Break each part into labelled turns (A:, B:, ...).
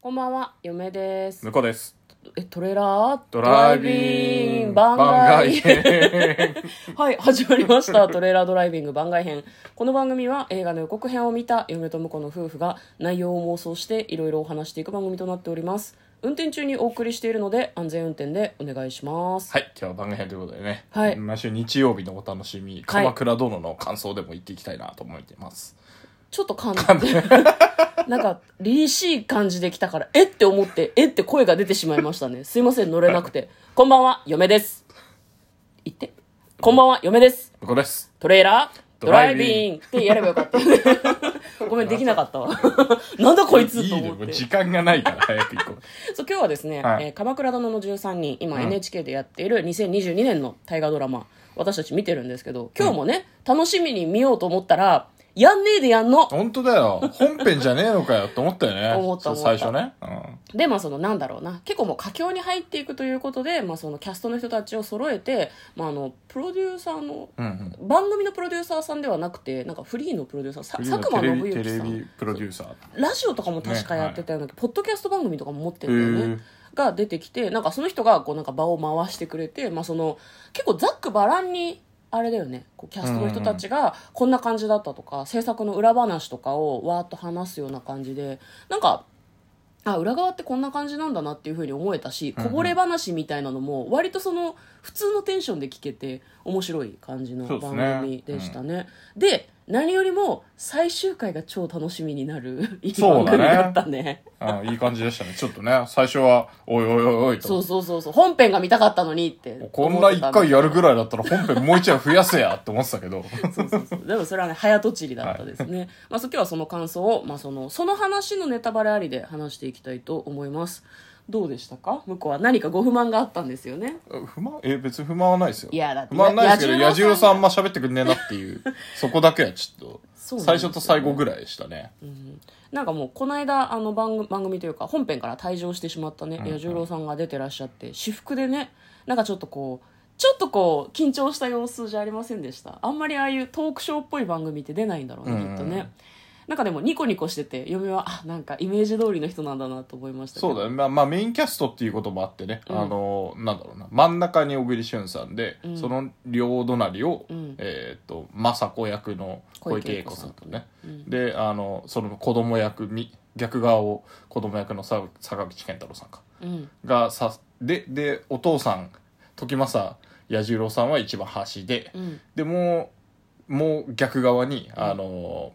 A: こんばんは、嫁です。
B: 向こうです
A: え、トレーラー
B: ドライビング
A: 番外編。
B: 編
A: はい、始まりま した。トレーラードライビング番外編。この番組は映画の予告編を見た嫁と婿の夫婦が内容を妄想していろいろお話していく番組となっております。運転中にお送りしているので安全運転でお願いします。
B: はい今日は番外編ということでね、
A: はい
B: 毎週日曜日のお楽しみ鎌倉殿の感想でも言っていきたいなと思っています、
A: ちょっと噛んで。 なんか、凛々しい感じで来たから、えって思って、えって声が出てしまいましたね。すいません、乗れなくて。こんばんは、嫁です。言って。こんばんは、嫁です。
B: 向こうです
A: トレーラード
B: ド
A: ラ
B: ラ
A: イ
B: イ
A: ビ
B: ビ
A: ングってやればよかった。 ごめん、できなかったわ。 なんだこいつ
B: い
A: と
B: いね
A: 思っ
B: もう
A: て。
B: 時間がないから早く行こう
A: そう今日はですね、
B: はい
A: えー鎌倉殿の13人、今
B: ん
A: NHK でやっている2022年の大河ドラマ、私たち見てるんですけど、今日もね、楽しみに見ようと思ったら、やんねえでやんの。
B: 本当だよ本編じゃねえのかよと思ったよね
A: 思った思った
B: そう最初ね、うん
A: で、まあそのなんだろうな、結構もう佳境に入っていくということで、まあそのキャストの人たちを揃えて、まああの、プロデューサーの、
B: うんうん
A: 番組のプロデューサーさんではなくて、なんかフリーのプロデューサー、さ
B: フリー
A: 佐
B: の
A: 久間
B: テ
A: 信
B: レ
A: 之
B: ビ
A: さん。
B: テレビプロデューサー
A: ラジオとかも確かやってたような、ポッドキャスト番組とかも持ってるんだよ
B: へ
A: ねが出てきてなんかその人がこうなんか場を回してくれて、まあ、その結構ざっくばらんにあれだよねこうキャストの人たちがこんな感じだったとか、制作の裏話とかをわーっと話すような感じでなんかあ裏側ってこんな感じなんだなっていうふうに思えたし
B: うん
A: こぼれ話みたいなのも割とその普通のテンションで聞けて面白い感じの
B: そうですね
A: 番組でしたね。で何よりも最終回が超楽しみになる いい
B: そ
A: 番
B: うだ
A: 組
B: ね
A: だったね
B: あいい感じでしたねちょっとね最初はおいおいおいおいと
A: そうそうそうそう本編が見たかったのにって
B: こんな一
A: 思っ
B: 回
A: て
B: やるぐらいだったら本編もう一話増やせやって思ってたけど
A: たんだそうそうそうでもそれはね早とちりだったですね、まあそ今日はその感想を、まあ、そのその話のネタバレありで話していきたいと思いますどうでしたか向こうは何かご不満があったんですよね
B: 不満え別に不満はないですよ
A: いやだって
B: 不満ないですけど
A: や
B: 彌
A: 彌
B: 十
A: 十郎
B: 郎
A: さ
B: さ
A: ん
B: んあんま喋ってくんねえなっ ていうそこだけはちょっ
A: そう
B: と
A: なんですよね
B: 最初と最後ぐらいでしたね
A: なんかもうこの間あの番組番組というか本編から退場してしまったね彌十郎さんが出てらっしゃって私服でねなんかちょっとこうちょっとこう緊張した様子じゃありませんでしたあんまりああいうトークショーっぽい番組って出ないんだろうね
B: うん
A: きっとねなんかでもニコニコしてて嫁はあなんかイメージ通りの人なんだなと思いましたけど
B: そうだねまあ、まあ、メインキャストっていうこともあってね、
A: うん
B: あのなんだろうな真ん中に小栗旬さんで、
A: うん
B: その両隣を、
A: うん
B: えー、と政子役の小池栄子さんとねであのその子供役に逆側を子供役のさ坂口健太郎さんか
A: うん
B: がさででお父さん時政彌十郎さんは一番端で、
A: うん
B: でもうもう逆側にあの、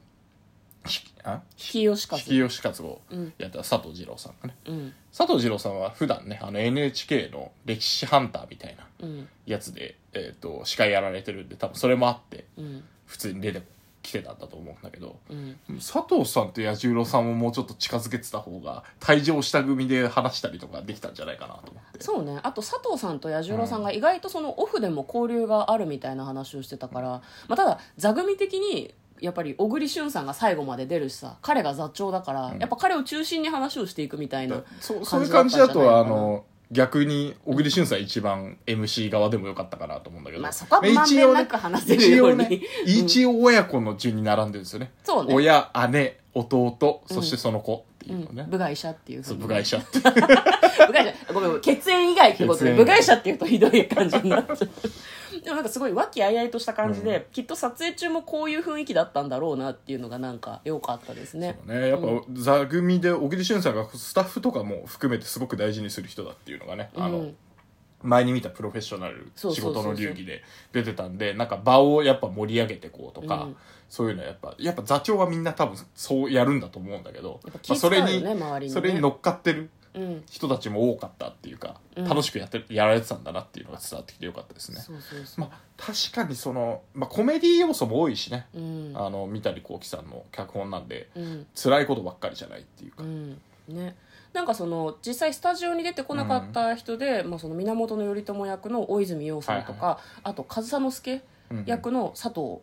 B: ひあ
A: 日吉和
B: 引吉勝を
A: うん
B: やった佐藤二郎さんがね
A: うん
B: 佐藤二郎さんは普段ねあの NHK の歴史ハンターみたいな
A: うん
B: やつで、えー、と司会やられてるんで多分それもあって
A: うん
B: 普通に出てきてたんだと思うんだけど
A: うん
B: 佐藤さんと彌十郎さんをもうちょっと近づけてた方が退場した組で話したりとかできたんじゃないかなと思って
A: そうねあと佐藤さんと彌十郎さんが意外とそのオフでも交流があるみたいな話をしてたから、まあ、ただ座組的にやっぱり小栗旬さんが最後まで出るしさ彼が座長だから、
B: うん
A: やっぱ彼を中心に話をしていくみたいな
B: そ
A: そ
B: そうう
A: い
B: いうう
A: 感
B: 感
A: じ
B: じ
A: だ
B: だ
A: ったんじゃないかな
B: とあの逆に小栗旬さん一番 MC 側でもよかったかなと思うんだけど、
A: まあそこはまんべんなく話せるように
B: 一応ね一応ね一応親子の順に並んでるんですよね、
A: そうね
B: 親姉弟そしてその子っていううんのね、
A: 部外者っていうふう
B: そう
A: に
B: 部外者っ て
A: 部外者ごめんごめん血縁以外ってことで
B: 血縁
A: 部外者っていうとひどい感じになっ ちゃうでもなんかすごい和気あいあいとした感じで、きっと撮影中もこういう雰囲気だったんだろうなっていうのがなんか良かったですね
B: ねやっぱ座組で小栗旬さんがスタッフとかも含めてすごく大事にする人だっていうのがね、あ
A: う
B: の
A: ん
B: 前に見たプロフェッショナル
A: そう
B: 仕
A: そうそうそう
B: 事の流儀で出てたんでなんか場をやっぱ盛り上げてこうとか、
A: うん
B: そういうのはやっぱやっぱ座長はみんな多分そうやるんだと思うんだけど、
A: やっぱ
B: ま
A: 気
B: あそれ
A: 遣う
B: に
A: よね周りにね
B: それに乗っかってる
A: うん
B: 人たちも多かったっていうか、
A: うん
B: 楽しくやってやられてたんだなっていうのが伝わってきてよかったですね。
A: そうそうそう、
B: まあ、確かにその、まあ、コメディ要素も多いしね、
A: うん
B: あの三谷幸喜さんの脚本なんで
A: うん
B: 辛いことばっかりじゃないっていうか
A: う、んねなんかその実際スタジオに出てこなかった人で、まあ、その源頼朝役の大泉洋さんとか、あと上総介
B: うん
A: 役の佐藤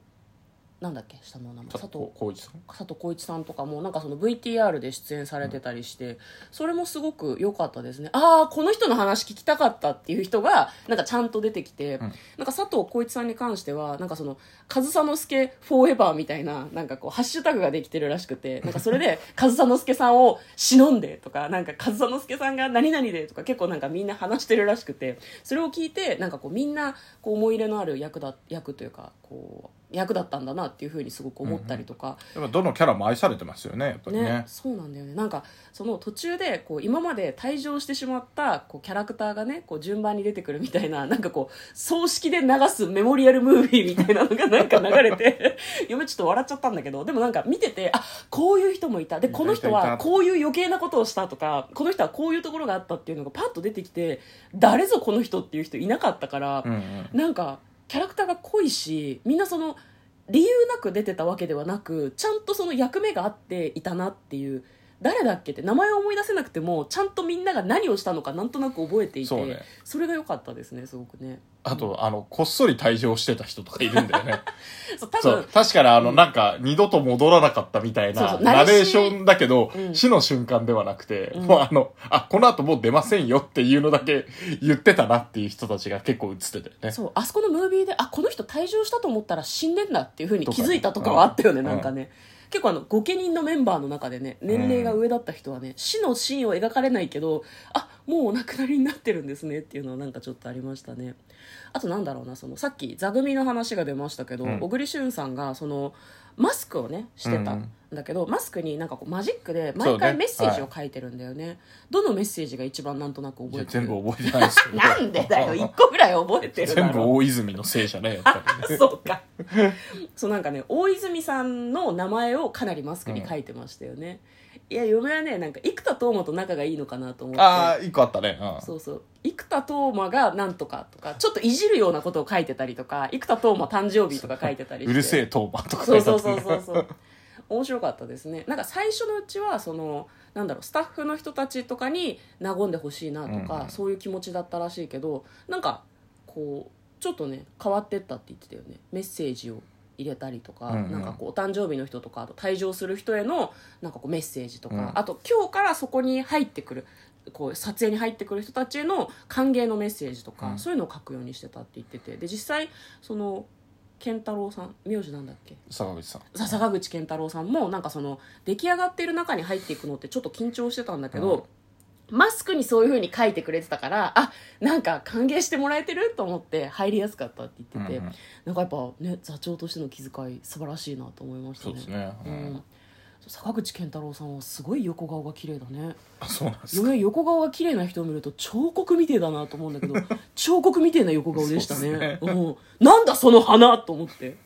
A: なんだっけ下の名前佐
B: 佐
A: 藤
B: 藤浩一さん
A: 佐藤浩市さんとかもなんかその VTR で出演されてたりして、それもすごく良かったですねああこの人の話聞きたかったっていう人がなんかちゃんと出てきて、
B: ん
A: なんか佐藤浩市さんに関してはなんかその「上総介フォーエバー」みたいななんかこうハッシュタグができてるらしくてなんかそれで「上総介さんを忍んで」とか「なんか上総介さんが何々で」とか結構なんかみんな話してるらしくてそれを聞いてなんかこうみんなこう思い入れのある役だ役というかこう役だったんだなっていうふうにすごく思ったりとか。
B: でもどのキャラも愛されてますよねやっぱりね
A: ね、そうなんだよねなんかその途中でこう今まで退場してしまったこうキャラクターがねこう順番に出てくるみたいな なんかこう葬式で流すメモリアルムービーみたいなのが なんか流れて 嫁ちょっと笑っちゃったんだけどでもなんか見ててあこういう人もいたでこの人
B: いたい
A: は
B: た
A: こういう余計なことをしたとかこの人はこういうところがあったっていうのがパッと出てきて誰ぞこの人っていう人いなかったから、
B: うんうん
A: なんかキャラクターが濃いしみんなその理由なく出てたわけではなくちゃんとその役目があっていたなっていう誰だっけって名前を思い出せなくてもちゃんとみんなが何をしたのかなんとなく覚えていて
B: そうね
A: それが良かったですねすごくね
B: あとあのこっそり退場してた人とかいるんだ よね
A: そう多
B: そ
A: 分
B: う確かにあの、なんか二度と戻らなかったみたい
A: そう
B: な
A: そう
B: ナレーションだけど、
A: うん
B: 死の瞬間ではなくて、
A: うん
B: もうあのあこの後もう出ませんよっていうのだけ言ってたなっていう人たちが結構映ってたよね
A: そうあそこのムービーであこの人退場したと思ったら死んでんだっていうふうに気づいたとかはあったよね
B: うん
A: なんかね、結構あの御家人のメンバーの中でね年齢が上だった人はね、死のシーンを描かれないけどあもうお亡くなりになってるんですねっていうのはなんかちょっとありましたねあとなんだろうなそのさっき座組の話が出ましたけど、
B: うん
A: 小栗旬さんがそのマスクをねしてたんだけど、マスクになんかこうマジックで毎
B: そう
A: 回
B: ね
A: メッセージを書いてるんだよねどのメッセージが一番なんとなく
B: い
A: 覚え
B: や
A: てる
B: 全部覚えてないですけど
A: なんでだ よ一個ぐらい覚えてるだろ
B: 全部大泉のせいじゃね やっぱりね
A: そうかそうなんかね大泉さんの名前をかなりマスクに書いてましたよね、いや嫁はねなんか生田斗真と仲がいいのかなと思って
B: ああ一個あったね、うん
A: そうそう生田斗真がなんとかとかちょっといじるようなことを書いてたりとか生田斗真誕生日とか書いてたりして
B: うるせえトーマとか
A: そう
B: 書いてあ
A: そ
B: っ
A: う
B: たね
A: そうそうそう 面白かったですねなんか最初のうちはそのなんだろうスタッフの人たちとかに和んでほしいなとか、
B: うん
A: そういう気持ちだったらしいけどなんかこうちょっとね変わってったって言ってたよねメッセージを入れたりとか、
B: うんうん
A: なんかこうお誕生日の人とかあと退場する人へのなんかこうメッセージとか、
B: うん
A: あと今日からそこに入ってくるこう撮影に入ってくる人たちへの歓迎のメッセージとか、
B: うん
A: そういうのを書くようにしてたって言っててで実際その健太郎さん名字なんだっけ
B: 坂口さん
A: さ坂口健太郎さんもなんかその出来上がっている中に入っていくのってちょっと緊張してたんだけど、マスクにそういう風に書いてくれてたからあなんか歓迎してもらえてると思って入りやすかったって言ってて、
B: うんうん
A: なんかやっぱね座長としての気遣い素晴らしいなと思いました
B: そう
A: ね
B: ですね、う
A: うんん、坂口健太郎さんはすごい横顔が綺麗だね
B: あそうなんですか
A: 嫁横顔が綺麗な人を見ると彫刻みてえだなと思うんだ けど彫刻みてえな横顔でした
B: そうっす
A: ね
B: ね
A: うん、なんだその花と思って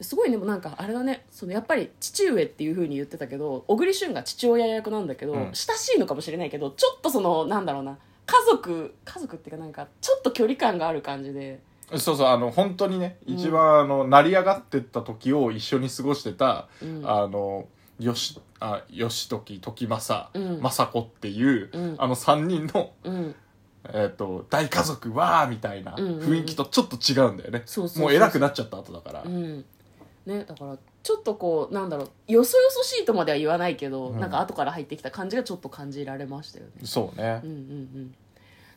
A: すごいねもうなんかあれだねそのやっぱり父上っていう風に言ってたけど小栗旬が父親役なんだけど、
B: うん
A: 親しいのかもしれないけどちょっとそのなんだろうな家族家族っていうかなんかちょっと距離感がある感じで
B: そうそうあの本当にね
A: うん
B: 一番あの成り上がってった時を一緒に過ごしてた、
A: うん
B: あのよしあ義時時政、
A: うん
B: 政子っていう、
A: うん
B: あの3人の、
A: うん
B: えー、と大家族わーみたいな
A: うんうんうん
B: 雰囲気とちょっと違うんだよね、
A: そうそうそう
B: もう偉くなっちゃった後だから、
A: うんね、だからちょっとこうなんだろうよそよそしいとまでは言わないけど、
B: うん
A: なんか後から入ってきた感じがちょっと感じられましたよね
B: そうね
A: うんうんうん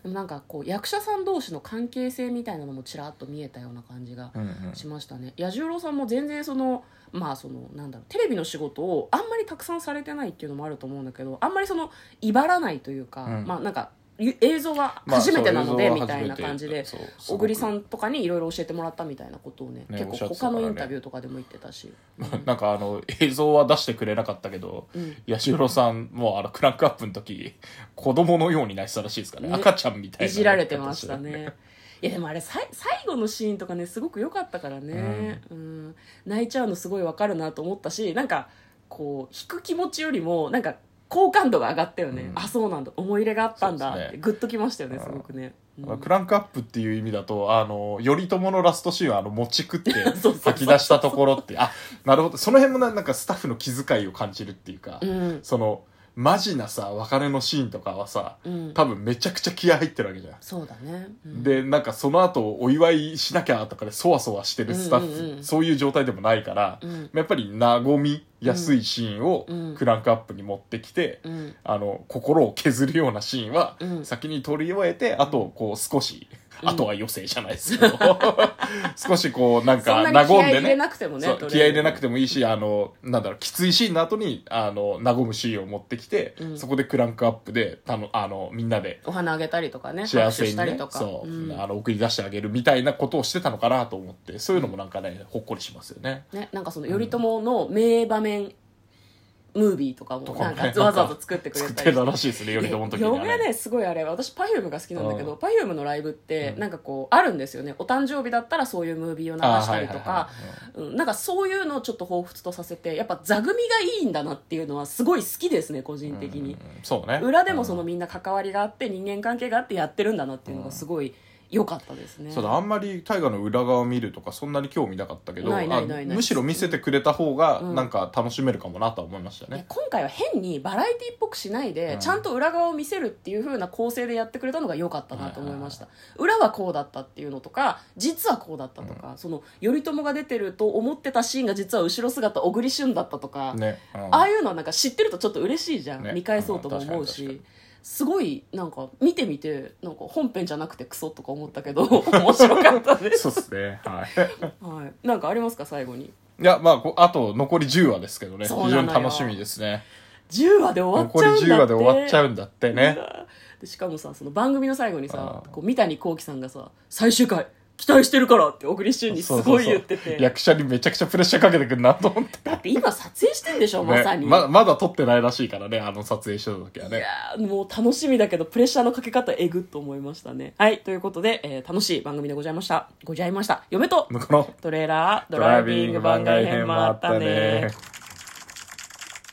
A: でもなんかこう役者さん同士の関係性みたいなのもちらっと見えたような感じが
B: うんうん
A: しましたね彌十郎さんも全然そのまあそのなんだろうテレビの仕事をあんまりたくさんされてないっていうのもあると思うんだけどあんまりその威張らないというか、
B: うん
A: まあなんかゆ映像は
B: まあ
A: 初めてなので、
B: そう
A: みたいな感じで
B: そうすご
A: 小
B: く
A: 栗さんとかにいろいろ教えてもらったみたいなことをね
B: ねおっし
A: 結構
B: ゃってたか
A: 他
B: らね
A: のインタビューとかでも言ってたし、
B: なんかあの映像は出してくれなかったけど、
A: うん
B: 八代さんもうあのクランクアップの時子供のように泣いてたらしいですからね
A: ね
B: 赤ちゃんみたいない
A: じられてましたねいやでもあれさい最後のシーンとかねすごく良かったからね、うん泣いちゃうのすごいわかるなと思ったしなんかこう引く気持ちよりもなんか好感度が上がったよね、
B: うん
A: あそうなんだ思い入れがあったんだっ
B: そう
A: て、
B: ですね
A: グッときましたよね
B: うん
A: すごくね、うん
B: まあクランクアップっていう意味だとあの頼朝のラストシーンはあの餅食っ て
A: そうそうそう
B: 吐き出したところってあなるほどその辺もななんかスタッフの気遣いを感じるっていうか、
A: うん
B: そのマジなさ別れのシーンとかはさ
A: うん
B: 多分めちゃくちゃ気合入ってるわけじゃん、
A: そうだね、うん
B: でなんかその後お祝いしなきゃとかでそわそわしてるスタッフ、
A: うんうんうん
B: そういう状態でもないから、
A: うん
B: やっぱり和みやすいシーン
A: うん
B: をクランクアップに持ってきて、
A: うん
B: あの心を削るようなシーンは
A: うん
B: 先に取り終えて、あとこう少し、
A: うん
B: あとは余生じゃないですけど 少しこうなん
A: そ
B: か
A: んなに
B: 和
A: 気合
B: ん
A: い
B: で
A: 入れ
B: ね
A: なくてもね
B: そう
A: と
B: 気
A: りあ
B: 合
A: え
B: い
A: ず
B: 入れなくてもいいしあのなんだろうきついシーンの後にあの和むシーンを持ってきて、
A: うん
B: そこでクランクアップでたのあのみんなで
A: お花あげたりとかね
B: 幸
A: 拍手
B: せに
A: したり
B: ね
A: とか
B: そう、
A: ん
B: あの送り出してあげるみたいなことをしてたのかなと思ってそういうのもなんかねほっこりしますよね。
A: ね、なんかその頼朝の名場面ムービーとかも
B: とか
A: な
B: も
A: ん
B: ね
A: かわざわざ作ってくれ
B: 作ったて
A: り
B: たらしいですね頼朝の時には
A: 嫁はねすごいあれ私 Perfume が好きなんだけ
B: う
A: ど
B: ん
A: Perfume のライブって
B: うん
A: なんかこうあるんですよねお誕生日だったらそういうムービーを流
B: あー
A: したりと
B: はいはい
A: か
B: はいうん
A: うんなんかそういうのをちょっと彷彿とさせてやっぱ座組がいいんだなっていうのはすごい好きですね個人的に
B: うんそうね
A: 裏でもその
B: うん
A: みんな関わりがあって人間関係があってやってるんだなっていうのがすごい良かったですね
B: そうだあんまり大河の裏側を見るとかそんなに興味なかったけど
A: ないない
B: あ
A: ないない
B: むしろ見せてくれた方が
A: うん
B: なんか楽しめるかもなとは思いました
A: いや
B: ね、
A: 今回は変にバラエティっぽくしないで、
B: うん
A: ちゃんと裏側を見せるっていう風な構成でやってくれたのが良かったなと思いました、裏はこうだったっていうのとか実はこうだったとか、その頼朝が出てると思ってたシーンが実は後ろ姿小栗旬だったとか、
B: ね、うん
A: ああいうのはなんか知ってるとちょっと嬉しいじゃん、
B: ね
A: 見返そうとも思う
B: うん確かに
A: し
B: 確
A: すごいなんか見てみてなんか本編じゃなくてクソとか思ったけど 面白かった です、
B: そうですねはい
A: はい、なんかありますか最後に
B: いやまあこあと残り10話ですけどね非
A: そうなの
B: 常
A: よ
B: に楽しみですね
A: 10話で終わっ
B: 残
A: ち
B: り
A: ゃうんだって
B: 10話で終わっちゃうんだってね
A: でしかもさその番組の最後にさ
B: あー
A: こう三谷幸喜さんがさ「最終回期待してるから」って小栗旬にすごい言ってて
B: そうそうそう役者にめちゃくちゃプレッシャーかけてくるなと思って、
A: だって今撮影してんでしょ、 まさに、
B: ねま まだ撮ってないらしいからねあの撮影してた時はいね
A: やーもう楽しみだけどプレッシャーのかけ方えぐっと思いましたねはいということで、えー楽しい番組でございましたございました嫁と
B: 向こうの
A: トレーラード
B: ド
A: ライビング番外編もあったね
B: ライビング番外編もあったね